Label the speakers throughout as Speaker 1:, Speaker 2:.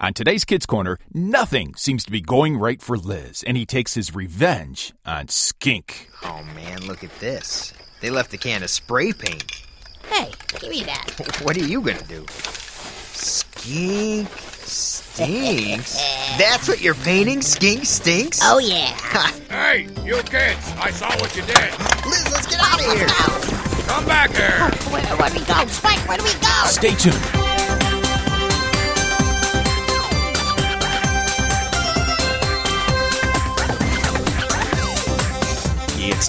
Speaker 1: On today's Kids Corner, nothing seems to be going right for Liz, and he takes his revenge on Skink.
Speaker 2: Oh man, look at this. They left a can of spray paint.
Speaker 3: Hey, give me that.
Speaker 2: What are you gonna do? Skink stinks? That's what you're painting? Skink stinks?
Speaker 3: Oh, yeah.
Speaker 4: Hey, you kids! I saw what you did.
Speaker 2: Liz, let's get out of here!
Speaker 4: Come back here.
Speaker 3: Oh, Where, where do we go? Spike, where do we go?
Speaker 1: Stay tuned. It's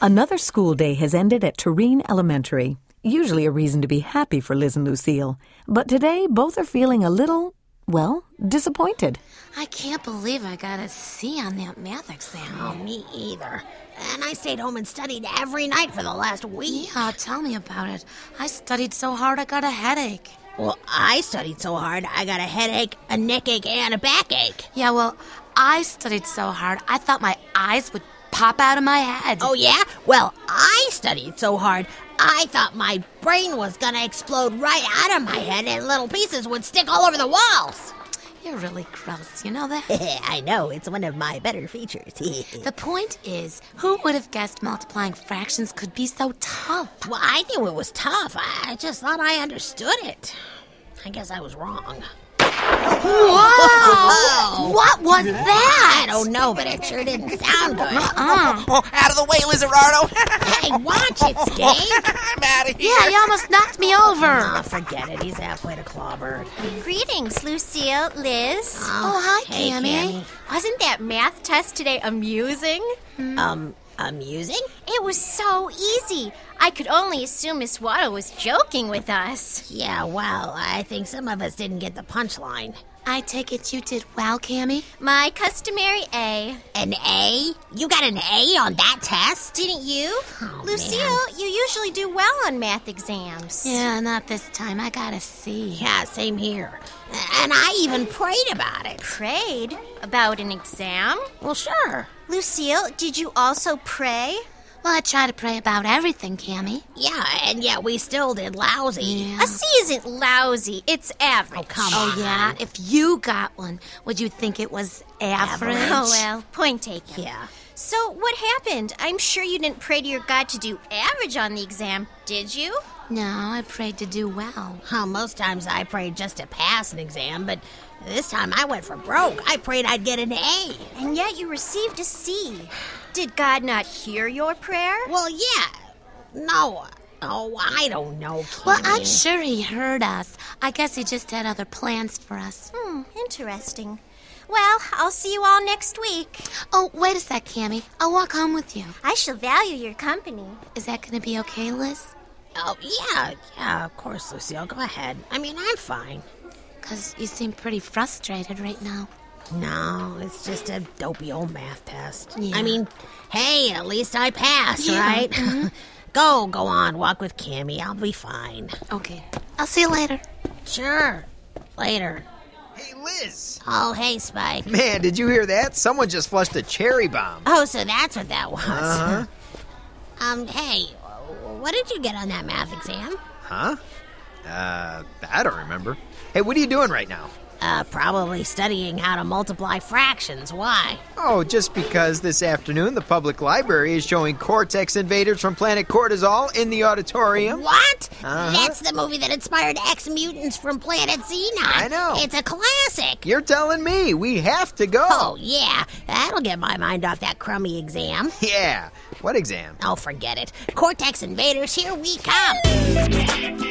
Speaker 5: Another school day has ended at Tureen Elementary. Usually a reason to be happy for Liz and Lucille. But today, both are feeling a little, well, disappointed.
Speaker 6: I can't believe I got a C on that math
Speaker 3: Oh,
Speaker 6: exam.
Speaker 3: me either. And I stayed home and studied every night for the last week.
Speaker 6: Yeah, tell me about it. I studied so hard I got a headache.
Speaker 3: Well, I studied so hard, I got a headache, a neck ache, and a backache.
Speaker 6: Yeah, well, I studied so hard I thought my eyes would pop out of my head.
Speaker 3: Oh, yeah? Well, I studied so hard, I thought my brain was gonna explode right out of my head and little pieces would stick all over the walls.
Speaker 6: you're really gross, you know that?
Speaker 3: I know, it's one of my better features.
Speaker 6: the point is, who would have guessed multiplying fractions could be so tough?
Speaker 3: well, I knew it was tough. I I just thought I understood it. I guess I was wrong.
Speaker 6: Whoa! what was that?
Speaker 3: I don't know, but it sure didn't sound good.
Speaker 7: Oh, out of the way, Lizardardo!
Speaker 3: hey, watch it, Skate.
Speaker 7: I'm out of here!
Speaker 6: Yeah, you almost knocked me over.
Speaker 3: Oh, forget it. He's halfway to clobbered.
Speaker 8: Greetings, Lucille, Liz.
Speaker 6: Oh, hi,
Speaker 3: hey,
Speaker 6: Cammy.
Speaker 8: Wasn't that math test today amusing?
Speaker 3: Um, amusing?
Speaker 8: It was so easy. I could only assume Miss Waddle was joking with us.
Speaker 3: Yeah, well, I think some of us didn't get the punchline.
Speaker 6: I take it you did well, Cammy.
Speaker 8: My customary A.
Speaker 3: An A? You got an A on that test?
Speaker 8: Didn't you?
Speaker 6: Oh,
Speaker 8: Lucille,
Speaker 3: man.
Speaker 8: you usually do well on math exams.
Speaker 6: Yeah, not this time. I got a C.
Speaker 3: Yeah, same here. And I even prayed about it.
Speaker 8: Prayed about an exam?
Speaker 3: Well, sure.
Speaker 8: Lucille, did you also pray?
Speaker 6: Well, I try to pray about everything, Cammy.
Speaker 3: Yeah, and yet we still did lousy.
Speaker 8: A C isn't lousy, it's average.
Speaker 3: Oh, come
Speaker 6: Oh, yeah? If you got one, would you think it was average?
Speaker 8: Oh, well, point taken.
Speaker 3: Yeah.
Speaker 8: So, what happened? I'm sure you didn't pray to your God to do average on the exam, did you?
Speaker 6: No, I prayed to do well.
Speaker 3: Oh, most times I prayed just to pass an exam, but this time I went for broke. I prayed I'd get an A.
Speaker 8: And yet you received a C. Did God not hear your prayer?
Speaker 3: Well, yeah. No. Oh, I don't know. Kimmy.
Speaker 6: Well, I'm sure he heard us. I guess he just had other plans for us.
Speaker 8: Hmm, interesting. Well, I'll see you all next week.
Speaker 6: Oh, wait a sec, Cammy. I'll walk home with you.
Speaker 8: I shall value your company.
Speaker 6: Is that going to be okay, Liz?
Speaker 3: Oh, yeah, yeah. Of course, Lucille. Go ahead. I mean, I'm fine.
Speaker 6: Because you seem pretty frustrated right now.
Speaker 3: No, it's just a dopey old math test.
Speaker 6: Yeah.
Speaker 3: I mean, hey, at least I passed, right? go, go on, walk with Cammy. I'll be fine.
Speaker 6: Okay. I'll see you later.
Speaker 3: Sure. Later.
Speaker 2: Hey, Liz!
Speaker 3: Oh, hey, Spike.
Speaker 2: Man, did you hear that? Someone just flushed a cherry bomb.
Speaker 3: Oh, so that's what that was. um, hey, what did you get on that math exam?
Speaker 2: Huh? Uh, I don't remember. Hey, what are you doing right now?
Speaker 3: Uh, probably studying how to multiply fractions. Why?
Speaker 2: Oh, just because this afternoon the public library is showing Cortex Invaders from Planet Cortisol in the auditorium.
Speaker 3: What?
Speaker 2: Uh-huh.
Speaker 3: That's the movie that inspired Ex Mutants from Planet Xenon.
Speaker 2: I know.
Speaker 3: It's a classic.
Speaker 2: You're telling me we have to go.
Speaker 3: Oh, yeah. That'll get my mind off that crummy exam.
Speaker 2: Yeah. What exam?
Speaker 3: Oh, forget it. Cortex Invaders, here we come.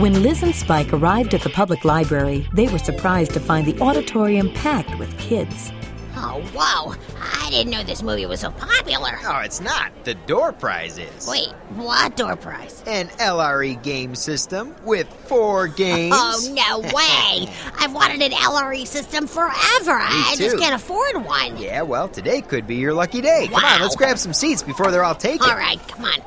Speaker 5: When Liz and Spike arrived at the public library, they were surprised to find the auditorium packed with kids.
Speaker 3: Oh, whoa. I didn't know this movie was so popular. Oh,
Speaker 2: No, Oh, it's not. The door prize is.
Speaker 3: Wait, what door prize?
Speaker 2: An LRE game system with four games.
Speaker 3: Oh, no way. I've wanted an LRE system forever. I just
Speaker 2: too.
Speaker 3: can't afford one.
Speaker 2: Yeah, well, today could be your lucky day. Come on,
Speaker 3: Wow.
Speaker 2: let's grab some seats before they're all taken.
Speaker 3: All right, come on.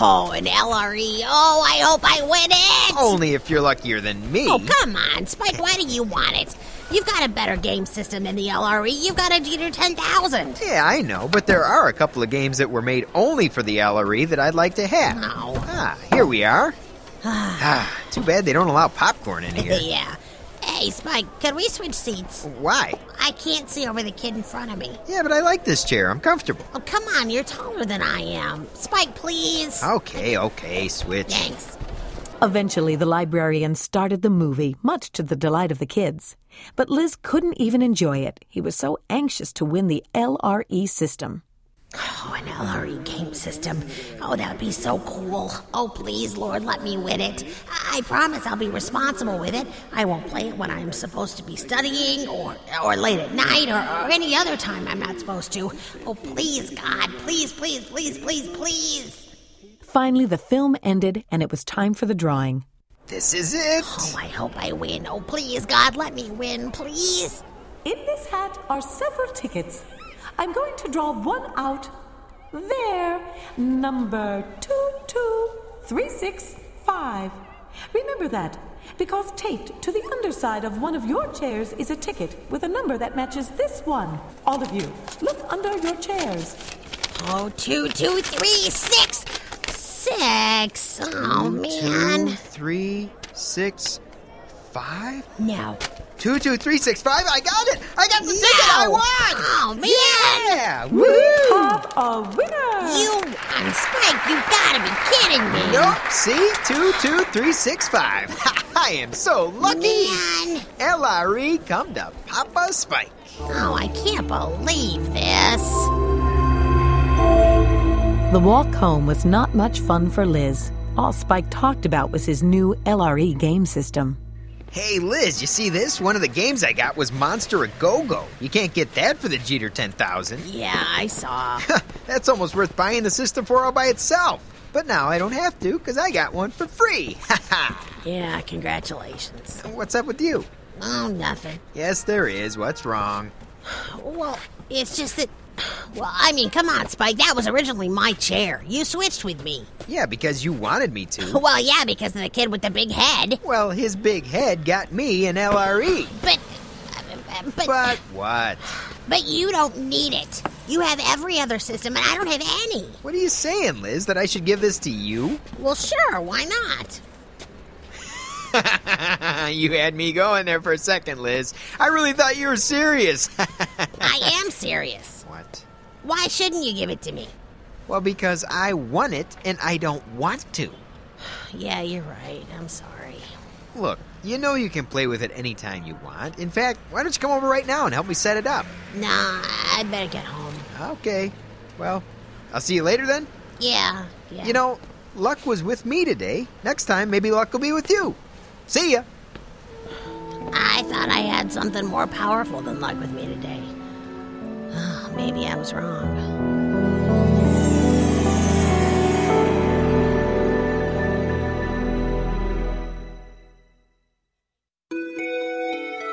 Speaker 3: Oh, an LRE. Oh, I hope I win it.
Speaker 2: Only if you're luckier than me.
Speaker 3: Oh, come on, Spike. Why do you want it? You've got a better game system than the LRE. You've got a Jeter 10,000.
Speaker 2: yeah, I know, but there are a couple of games that were made only for the LRE that I'd like to have.
Speaker 3: No.
Speaker 2: Ah, here we are. ah, too bad they don't allow popcorn in here.
Speaker 3: Yeah. Hey, Spike, can we switch seats?
Speaker 2: Why?
Speaker 3: I can't see over the kid in front of me.
Speaker 2: Yeah, but I like this chair. I'm comfortable.
Speaker 3: Oh, come on, you're taller than I am. Spike, please.
Speaker 2: Okay, okay, switch.
Speaker 3: Thanks.
Speaker 5: Eventually, the librarian started the movie, much to the delight of the kids. But Liz couldn't even enjoy it. He was so anxious to win the LRE system.
Speaker 3: Oh, an LRE game system. Oh, that would be so cool. Oh, please, Lord, let me win it. I I promise I'll be responsible with it. I won't play it when I'm supposed to be studying or, or late at night or, or any other time I'm not supposed to. Oh, please, God. Please, please, please, please, please.
Speaker 5: Finally, the film ended, and it was time for the drawing.
Speaker 2: This is it.
Speaker 3: Oh, I hope I win. Oh, please, God, let me win, please.
Speaker 5: In this hat are several tickets. I'm going to draw one out. There, number 22365. Remember that, because taped to the underside of one of your chairs is a ticket with a number that matches this one. All of you, look under your chairs.
Speaker 3: Oh, two, two, three, six, six. Oh,
Speaker 2: Two,
Speaker 3: man.
Speaker 2: three, six, five.
Speaker 3: No.
Speaker 2: Two, two, three, six, five. I got it. I got the
Speaker 3: No.
Speaker 2: ticket I won.
Speaker 3: Oh, man.
Speaker 2: Yeah. Woo.
Speaker 5: Have a winner!
Speaker 3: You on Spike, you gotta be kidding me.
Speaker 2: Nope. See, two, two, three, six, five. I am so lucky.
Speaker 3: Man.
Speaker 2: LRE E, come to Papa Spike.
Speaker 3: Oh, I can't believe this.
Speaker 5: The walk home was not much fun for Liz. All Spike talked about was his new LRE game system.
Speaker 2: Hey Liz, you see this? One of the games I got was Monster a Go Go. You can't get that for the Jeter 10,000.
Speaker 3: Yeah, I saw.
Speaker 2: That's almost worth buying the system for all by itself. But now I don't have to because I got one for free. Ha ha.
Speaker 3: yeah, congratulations.
Speaker 2: What's up with you?
Speaker 3: Oh, nothing.
Speaker 2: Yes, there is. What's wrong?
Speaker 3: Well, it's just that. Well, I mean, come on, Spike. That was originally my chair. You switched with me.
Speaker 2: Yeah, because you wanted me to.
Speaker 3: Well, yeah, because of the kid with the big head.
Speaker 2: Well, his big head got me an LRE.
Speaker 3: But. But,
Speaker 2: But what?
Speaker 3: but you don't need it. You have every other system, and I don't have any.
Speaker 2: What are you saying, Liz? That I should give this to you?
Speaker 3: Well, sure, why not?
Speaker 2: you had me going there for a second, Liz. I really thought you were serious.
Speaker 3: I am serious.
Speaker 2: what?
Speaker 3: Why shouldn't you give it to me?
Speaker 2: Well, because I want it and I don't want to.
Speaker 3: Yeah, you're right. I'm sorry.
Speaker 2: Look, you know you can play with it anytime you want. In fact, why don't you come over right now and help me set it up?
Speaker 3: Nah, I better get home.
Speaker 2: Okay. Well, I'll see you later then.
Speaker 3: Yeah, yeah.
Speaker 2: You know, luck was with me today. Next time, maybe luck will be with you. See ya.
Speaker 3: I thought I had something more powerful than luck with me today. Maybe I was wrong.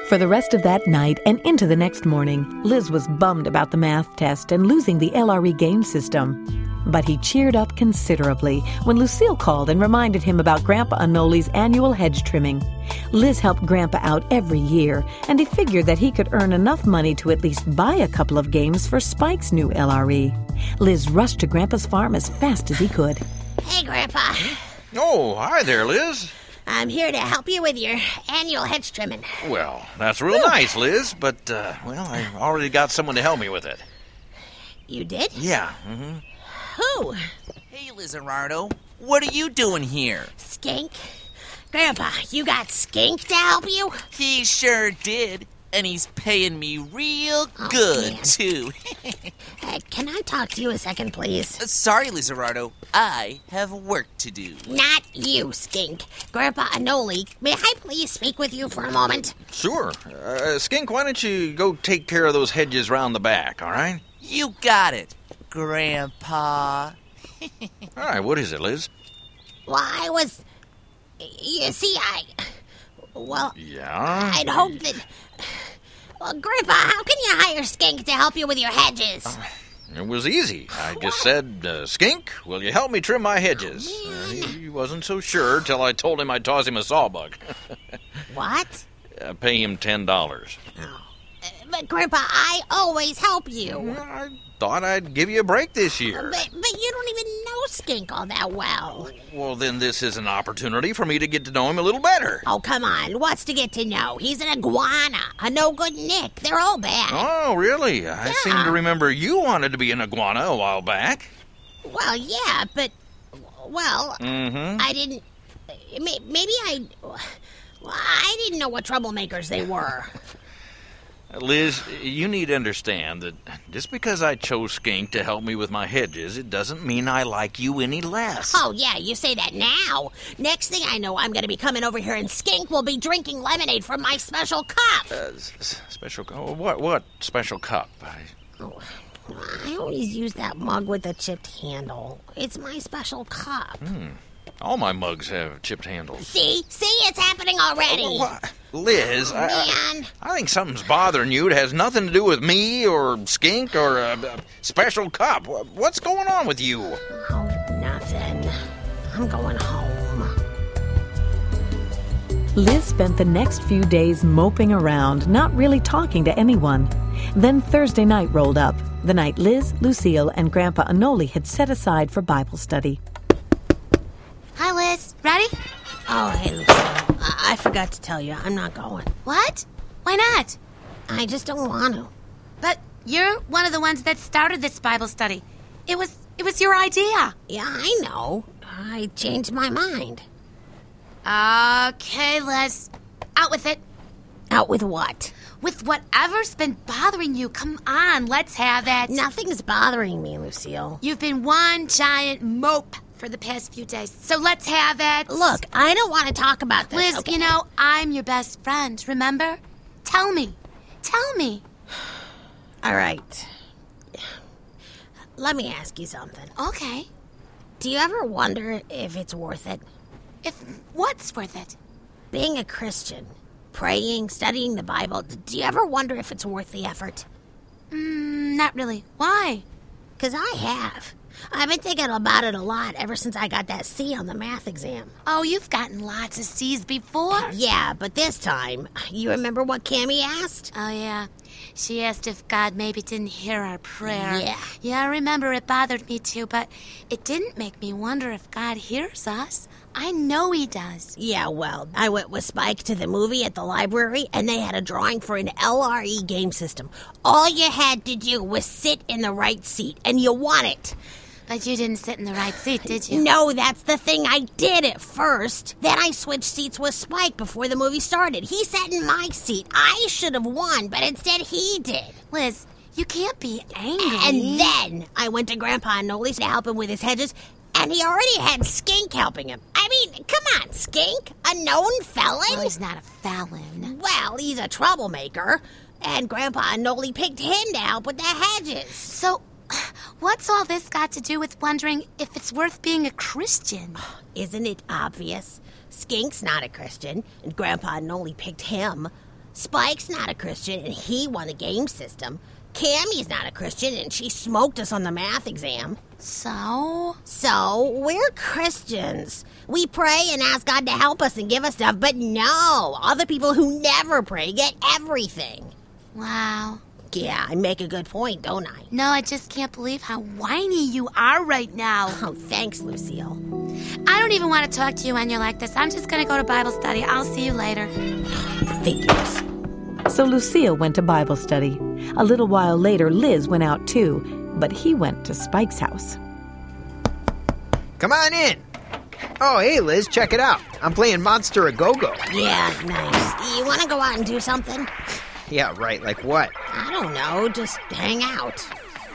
Speaker 5: For the rest of that night and into the next morning, Liz was bummed about the math test and losing the LRE game system. But he cheered up considerably when Lucille called and reminded him about Grandpa Anoli's annual hedge trimming. Liz helped Grandpa out every year, and he figured that he could earn enough money to at least buy a couple of games for Spike's new LRE. Liz rushed to Grandpa's farm as fast as he could.
Speaker 3: Hey, Grandpa.
Speaker 4: Oh, hi there, Liz.
Speaker 3: I'm here to help you with your annual hedge trimming.
Speaker 4: Well, that's real nice, Liz, but, uh, well, I already got someone to help me with it.
Speaker 3: You did?
Speaker 4: Yeah. mhm.
Speaker 3: Who?
Speaker 7: mm-hmm. Hey, Lizarardo, what are you doing here?
Speaker 3: Skink? Grandpa, you got Skink to help you?
Speaker 7: He sure did, and he's paying me real good,
Speaker 3: Oh, man.
Speaker 7: too.
Speaker 3: Nick, can I talk to you a second, please?
Speaker 7: Uh, Sorry, Lizardo. I have work to do.
Speaker 3: Not you, skink. Grandpa Anoli, may I please speak with you for a moment?
Speaker 4: Sure. Uh, Skink, why don't you go take care of those hedges round the back, all right?
Speaker 7: You got it, Grandpa.
Speaker 4: All right, what is it, Liz?
Speaker 3: Well, I was. You see, I. Well,
Speaker 4: Yeah?
Speaker 3: I'd hope that. Well, Grandpa, how can you hire Skink to help you with your hedges?
Speaker 4: It was easy. I just said, uh, Skink, will you help me trim my hedges? Uh, he, he wasn't so sure till I told him I'd toss him a sawbuck.
Speaker 3: What?
Speaker 4: uh, pay him $10.
Speaker 3: But, Grandpa, I always help you.
Speaker 7: Mm-hmm.
Speaker 4: Well, I thought I'd give you a break this year.
Speaker 3: But, but you don't even know Skink all that well.
Speaker 4: Well, then this is an opportunity for me to get to know him a little better.
Speaker 3: Oh, come on. What's to get to know? He's an iguana, a no good Nick. They're all bad.
Speaker 4: Oh, really? I seem to remember you wanted to be an iguana a while back.
Speaker 3: Well, yeah, but well, I didn't. may- Maybe I. Well, I didn't know what troublemakers they were.
Speaker 4: Liz, you need to understand that just because I chose Skink to help me with my hedges, it doesn't mean I like you any less.
Speaker 3: oh yeah, you say that now. Next thing I know, I'm gonna be coming over here, and Skink will be drinking lemonade from my special cup.
Speaker 4: S- s- Special cu- oh, what? What special cup? I,
Speaker 3: I always use that mug with the chipped handle. It's my special cup.
Speaker 4: all my mugs have chipped handles.
Speaker 3: See, see, it's happening already.
Speaker 4: Oh, What? Liz, I, I,
Speaker 3: Man,
Speaker 4: I think something's bothering you. It has nothing to do with me or Skink or a, a special cup. Wha- What's going on with you?
Speaker 3: oh nothing. I'm going home.
Speaker 5: Liz spent the next few days moping around, not really talking to anyone. Then Thursday night rolled up, the night Liz, Lucille, and Grandpa Anoli had set aside for Bible study.
Speaker 6: Hi, Liz. Ready?
Speaker 3: Oh, hey, Lucille. I-, I forgot to tell you, I'm not going.
Speaker 6: What? Why not?
Speaker 3: I just don't want to.
Speaker 6: But you're one of the ones that started this Bible study. It was it was your idea.
Speaker 3: Yeah, I know. I changed my mind.
Speaker 6: Okay, Liz. Out with it.
Speaker 3: Out with what?
Speaker 6: With whatever's been bothering you. Come on, let's have it.
Speaker 3: Nothing's bothering me, Lucille.
Speaker 6: You've been one giant mope for the past few days. So let's have it.
Speaker 3: Look, I don't want to talk about this.
Speaker 6: Liz,
Speaker 3: okay?
Speaker 6: you know, I'm your best friend, remember? Tell me. Tell me.
Speaker 3: All right. Let me ask you something.
Speaker 6: Okay.
Speaker 3: Do you ever wonder if it's worth it?
Speaker 6: If what's worth it?
Speaker 3: Being a Christian, praying, studying the Bible, d- do you ever wonder if it's worth the effort?
Speaker 6: Mm, Not really. Why?
Speaker 3: Because I have. I've been thinking about it a lot ever since I got that C on the math exam.
Speaker 6: Oh, you've gotten lots of C's before.
Speaker 3: Yeah, but this time, you remember what Cammy asked?
Speaker 6: Oh, yeah. She asked if God maybe didn't hear our prayer.
Speaker 3: Yeah.
Speaker 6: Yeah, I remember it bothered me too, but it didn't make me wonder if God hears us. I know He does.
Speaker 3: Yeah, well, I went with Spike to the movie at the library, and they had a drawing for an LRE game system. All you had to do was sit in the right seat, and you won it.
Speaker 6: But you didn't sit in the right seat, did you?
Speaker 3: No, that's the thing. I did it first. Then I switched seats with Spike before the movie started. He sat in my seat. I should have won, but instead he did.
Speaker 6: Liz, you can't be angry.
Speaker 3: And then I went to Grandpa Noli's to help him with his hedges, and he already had Skink helping him. I mean, come on, Skink, a known felon.
Speaker 6: Well, he's not a felon.
Speaker 3: Well, he's a troublemaker, and Grandpa Noli picked him to help with the hedges.
Speaker 6: So, what's all this got to do with wondering if it's worth being a Christian?
Speaker 3: Isn't it obvious? Skink's not a Christian, and Grandpa Noli picked him. Spike's not a Christian, and he won the game system. Cammy's not a Christian, and she smoked us on the math exam.
Speaker 6: So,
Speaker 3: So, we're Christians. We pray and ask God to help us and give us stuff, but no, all the people who never pray get everything.
Speaker 6: wow.
Speaker 3: Yeah, I make a good point, don't I?
Speaker 6: No, I just can't believe how whiny you are right now.
Speaker 3: Oh, thanks, Lucille.
Speaker 6: I don't even want to talk to you when you're like this. I'm just going to go to Bible study. I'll see you later.
Speaker 3: Figures.
Speaker 5: So Lucille went to Bible study. A little while later, Liz went out too, but he went to Spike's house.
Speaker 2: Come on in. Oh, hey, Liz, check it out. I'm playing Monster a Go Go.
Speaker 3: Yeah, nice. You want to go out and do something?
Speaker 2: Yeah, right, like what?
Speaker 3: I don't know, just hang out.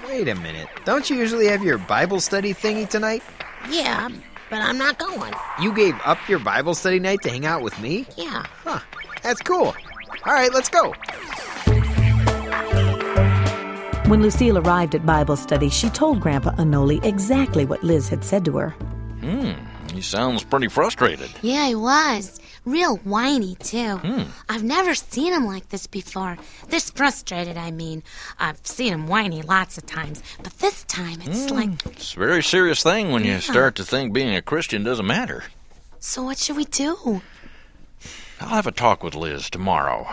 Speaker 2: Wait a minute. Don't you usually have your Bible study thingy tonight?
Speaker 3: Yeah, but I'm not going.
Speaker 2: You gave up your Bible study night to hang out with me?
Speaker 3: Yeah.
Speaker 2: Huh. That's cool. All right, let's go.
Speaker 5: When Lucille arrived at Bible study, she told Grandpa Anoli exactly what Liz had said to her.
Speaker 4: He sounds pretty frustrated.
Speaker 6: Yeah, he was. Real whiny, too. I've never seen him like this before. This frustrated, I mean. I've seen him whiny lots of times, but this time it's like,
Speaker 4: It's a very serious thing when you start to think being a Christian doesn't matter.
Speaker 6: so what should we do?
Speaker 4: I'll have a talk with Liz tomorrow.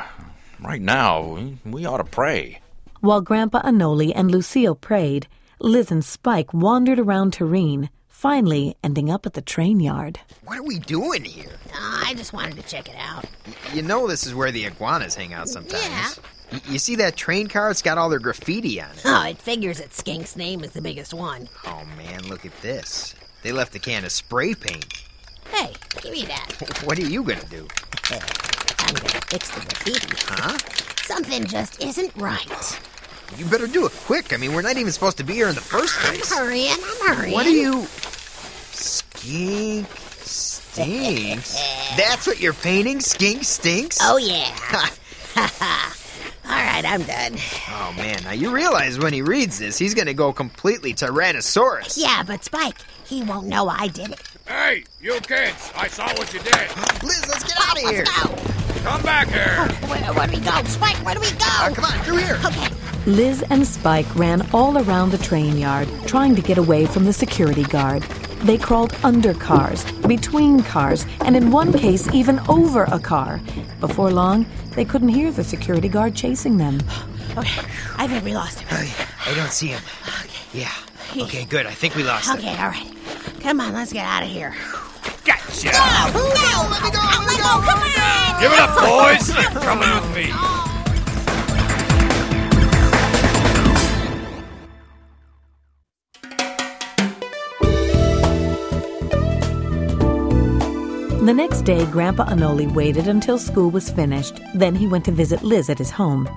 Speaker 4: Right now, we, we ought to pray.
Speaker 5: While Grandpa Anoli and Lucille prayed, Liz and Spike wandered around Tureen, finally ending up at the train yard.
Speaker 2: What are we doing here?
Speaker 3: I just wanted to check it out.
Speaker 2: You know this is where the iguanas hang out sometimes.
Speaker 3: Yeah.
Speaker 2: Y- You see that train car? It's got all their graffiti on it.
Speaker 3: Oh, it figures that Skink's name is the biggest one.
Speaker 2: Oh man, look at this. They left a can of spray paint.
Speaker 3: Hey, give me that.
Speaker 2: What are you gonna do?
Speaker 3: I'm gonna fix the graffiti.
Speaker 2: Huh?
Speaker 3: Something just isn't right.
Speaker 2: You better do it quick. I mean, we're not even supposed to be here in the first
Speaker 3: I'm
Speaker 2: place.
Speaker 3: hurrying, I'm hurrying.
Speaker 2: What are you? Skink stinks. That's what you're painting? Skink stinks?
Speaker 3: Oh, yeah. All right, I'm done.
Speaker 2: Oh, man, now you realize when he reads this, he's gonna go completely Tyrannosaurus.
Speaker 3: Yeah, but Spike, he won't know I did it.
Speaker 9: Hey, you kids! I saw what you did.
Speaker 2: Liz, let's get out of here.
Speaker 3: Let's go. Oh,
Speaker 9: Come back here.
Speaker 3: Where, where do we go? Spike, where do we
Speaker 2: Ah,
Speaker 3: go?
Speaker 2: come on, through here.
Speaker 3: Okay,
Speaker 5: Liz and Spike ran all around the train yard, trying to get away from the security guard. They crawled under cars, between cars, and in one case, even over a car. Before long, they couldn't hear the security guard chasing them.
Speaker 3: okay. I think we lost him.
Speaker 2: I don't see him. Okay. Yeah. Okay, good. I think we lost him.
Speaker 3: Okay, all right. Come on, let's get out of here.
Speaker 9: Gotcha.
Speaker 3: No, no, let me go, let me go, come on!
Speaker 9: Give it up, boys. You're coming with me.
Speaker 5: The next day, Grandpa Anoli waited until school was finished. Then he went to visit Liz at his home.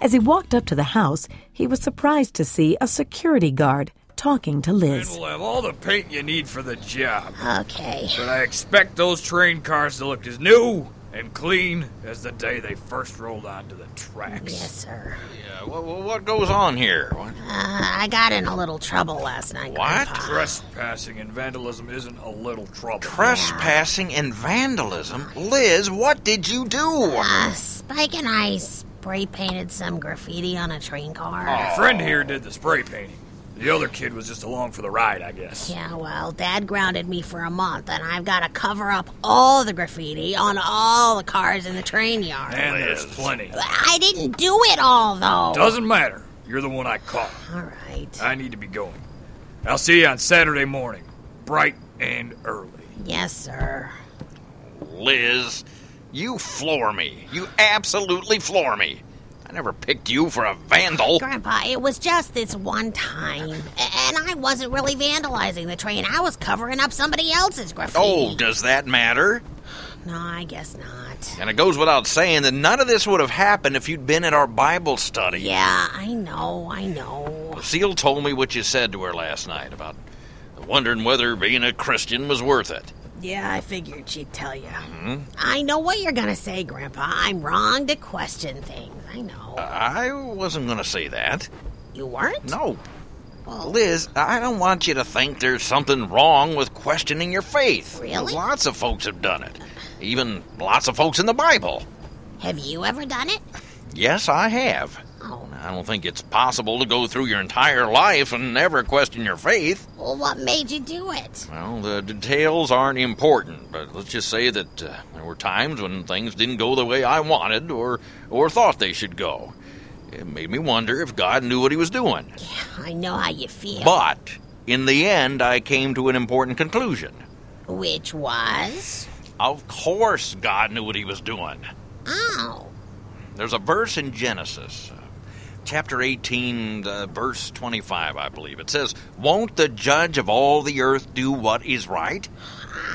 Speaker 5: As he walked up to the house, he was surprised to see a security guard talking to
Speaker 9: And
Speaker 5: Liz.
Speaker 9: we'll have all the paint you need for the job.
Speaker 3: Okay.
Speaker 9: But I expect those train cars to look as new and clean as the day they first rolled onto the tracks.
Speaker 3: Yes, sir.
Speaker 4: Yeah, what, what goes on here?
Speaker 3: Uh,
Speaker 4: What?
Speaker 3: I got in a little trouble last night.
Speaker 4: What?
Speaker 3: Grandpa.
Speaker 9: Trespassing and vandalism isn't a little trouble.
Speaker 4: Trespassing and vandalism? Liz, what did you do?
Speaker 3: Uh, Spike and I spray painted some graffiti on a train car.
Speaker 9: My friend here did the spray painting. The other kid was just along for the ride, I guess.
Speaker 3: Yeah, well, Dad grounded me for a month, and I've got to cover up all the graffiti on all the cars in the train yard.
Speaker 9: And there's plenty.
Speaker 3: I didn't do it all, though.
Speaker 9: Doesn't matter. You're the one I caught.
Speaker 3: all right.
Speaker 9: I need to be going. I'll see you on Saturday morning, bright and early.
Speaker 3: yes, sir.
Speaker 4: Liz, you floor me. You absolutely floor me. I never picked you for a vandal.
Speaker 3: Grandpa, it was just this one time. A- And I wasn't really vandalizing the train. I was covering up somebody else's graffiti.
Speaker 4: Oh, does that matter?
Speaker 3: No, I guess not.
Speaker 4: And it goes without saying that none of this would have happened if you'd been at our Bible study.
Speaker 3: Yeah, I know, I know.
Speaker 4: Lucille told me what you said to her last night about wondering whether being a Christian was worth it.
Speaker 3: Yeah, I figured she'd tell you.
Speaker 4: Mm-hmm.
Speaker 3: I know what you're gonna say, Grandpa. I'm wrong to question things. I know.
Speaker 4: I wasn't going to say that.
Speaker 3: you weren't?
Speaker 4: Uh, No. Liz, I don't want you to think there's something wrong with questioning your faith.
Speaker 3: Really?
Speaker 4: Lots of folks have done it. Even lots of folks in the Bible.
Speaker 3: Have you ever done it?
Speaker 4: Yes, I have.
Speaker 3: Oh,
Speaker 4: I don't think it's possible to go through your entire life and never question your faith.
Speaker 3: well, what made you do it?
Speaker 4: Well, the details aren't important, but let's just say that uh, there were times when things didn't go the way I wanted or or thought they should go. It made me wonder if God knew what he was doing.
Speaker 3: I know how you feel.
Speaker 4: But in the end, I came to an important conclusion.
Speaker 3: Which was?
Speaker 4: Of course, God knew what he was doing.
Speaker 3: Oh,
Speaker 4: There's a verse in Genesis, uh, chapter 18, uh, verse 25, I believe. It says, Won't the judge of all the earth do what is right?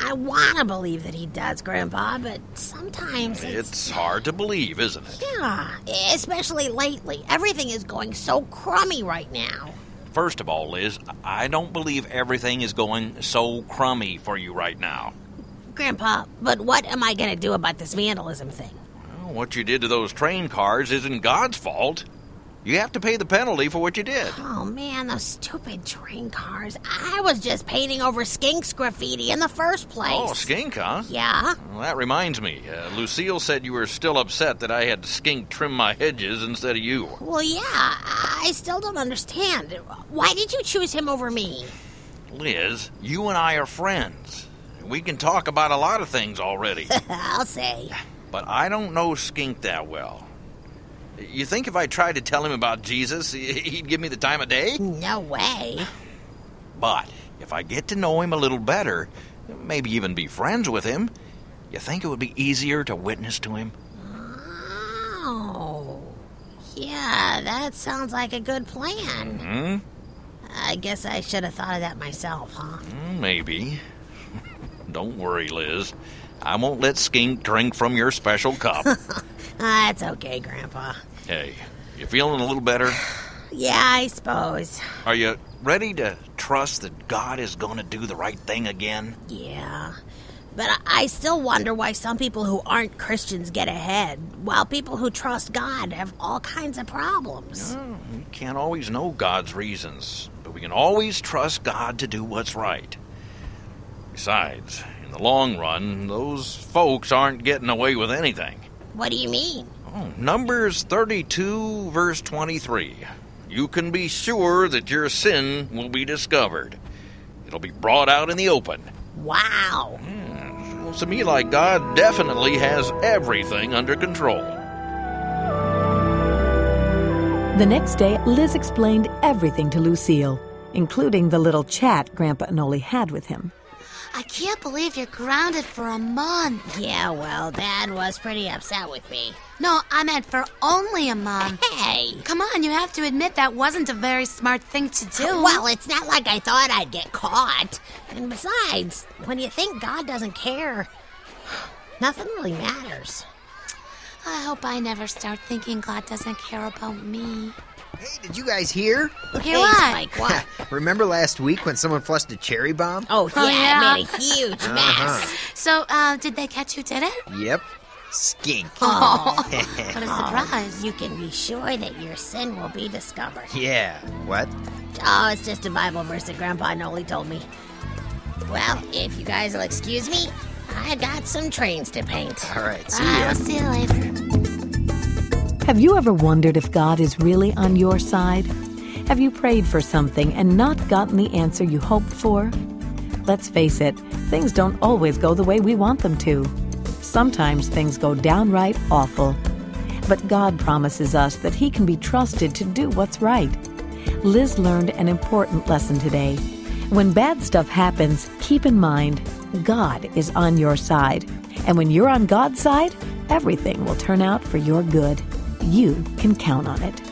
Speaker 3: I wanna believe that he does, Grandpa, but sometimes it's.
Speaker 4: It's hard to believe, isn't it?
Speaker 3: Yeah, especially lately. Everything is going so crummy right now.
Speaker 4: First of all, Liz, I don't believe everything is going so crummy for you right now.
Speaker 3: Grandpa, but what am I going to do about this vandalism thing?
Speaker 4: Well, What you did to those train cars isn't God's fault. You have to pay the penalty for what you did.
Speaker 3: Oh man, those stupid train cars. I was just painting over Skink's graffiti in the first place.
Speaker 4: Oh, skink, huh?
Speaker 3: Yeah.
Speaker 4: Well, that reminds me. Uh, Lucille said you were still upset that I had skink trim my hedges instead of you.
Speaker 3: Well, yeah, I still don't understand. Why did you choose him over me?
Speaker 4: Liz, you and I are friends. We can talk about a lot of things already.
Speaker 3: I'll say.
Speaker 4: but I don't know Skink that well. You think if I tried to tell him about Jesus, he'd give me the time of day?
Speaker 3: No way.
Speaker 4: But if I get to know him a little better, maybe even be friends with him, you think it would be easier to witness to him?
Speaker 3: Oh. Yeah, that sounds like a good plan.
Speaker 4: Hmm?
Speaker 3: I guess I should have thought of that myself, huh?
Speaker 4: Maybe. don't worry, Liz. I won't let Skink drink from your special cup.
Speaker 3: That's okay, Grandpa.
Speaker 4: hey, you feeling a little better?
Speaker 3: Yeah, I suppose.
Speaker 4: Are you ready to trust that God is going to do the right thing again?
Speaker 3: Yeah. But I- I still wonder why some people who aren't Christians get ahead, while people who trust God have all kinds of problems.
Speaker 4: We can't always know God's reasons, but we can always trust God to do what's right. Besides, in the long run, those folks aren't getting away with anything.
Speaker 3: What do you mean?
Speaker 4: Oh, Numbers 32, verse 23. You can be sure that your sin will be discovered. It'll be brought out in the open.
Speaker 3: Wow.
Speaker 4: Sounds to me like God definitely has everything under control.
Speaker 5: The next day, Liz explained everything to Lucille, including the little chat Grandpa Noli had with him.
Speaker 6: I can't believe you're grounded for a month.
Speaker 3: Yeah, well, Dad was pretty upset with me.
Speaker 6: No, I meant for only a month.
Speaker 3: Hey!
Speaker 6: Come on, you have to admit that wasn't a very smart thing to do.
Speaker 3: Well, it's not like I thought I'd get caught. And besides, when you think God doesn't care, nothing really matters.
Speaker 6: I hope I never start thinking God doesn't care about me.
Speaker 2: Hey, did you guys hear?
Speaker 6: Okay,
Speaker 3: Hey,
Speaker 6: what?
Speaker 3: Spike, what?
Speaker 2: Remember last week when someone flushed a cherry bomb?
Speaker 3: Oh, yeah,
Speaker 6: Oh, yeah.
Speaker 3: I made a huge mess.
Speaker 6: So, uh, did they catch who did it?
Speaker 2: Yep. Skink.
Speaker 6: What a surprise.
Speaker 3: You can be sure that your sin will be discovered.
Speaker 2: Yeah. What?
Speaker 3: Oh, it's just a Bible verse that Grandpa Noli told me. Well, if you guys will excuse me, I got some trains to paint.
Speaker 2: All right. See
Speaker 6: Bye,
Speaker 2: ya.
Speaker 6: I'll see you later.
Speaker 5: Have you ever wondered if God is really on your side? Have you prayed for something and not gotten the answer you hoped for? Let's face it, things don't always go the way we want them to. Sometimes things go downright awful. But God promises us that He can be trusted to do what's right. Liz learned an important lesson today. When bad stuff happens, keep in mind God is on your side. And when you're on God's side, everything will turn out for your good. You can count on it.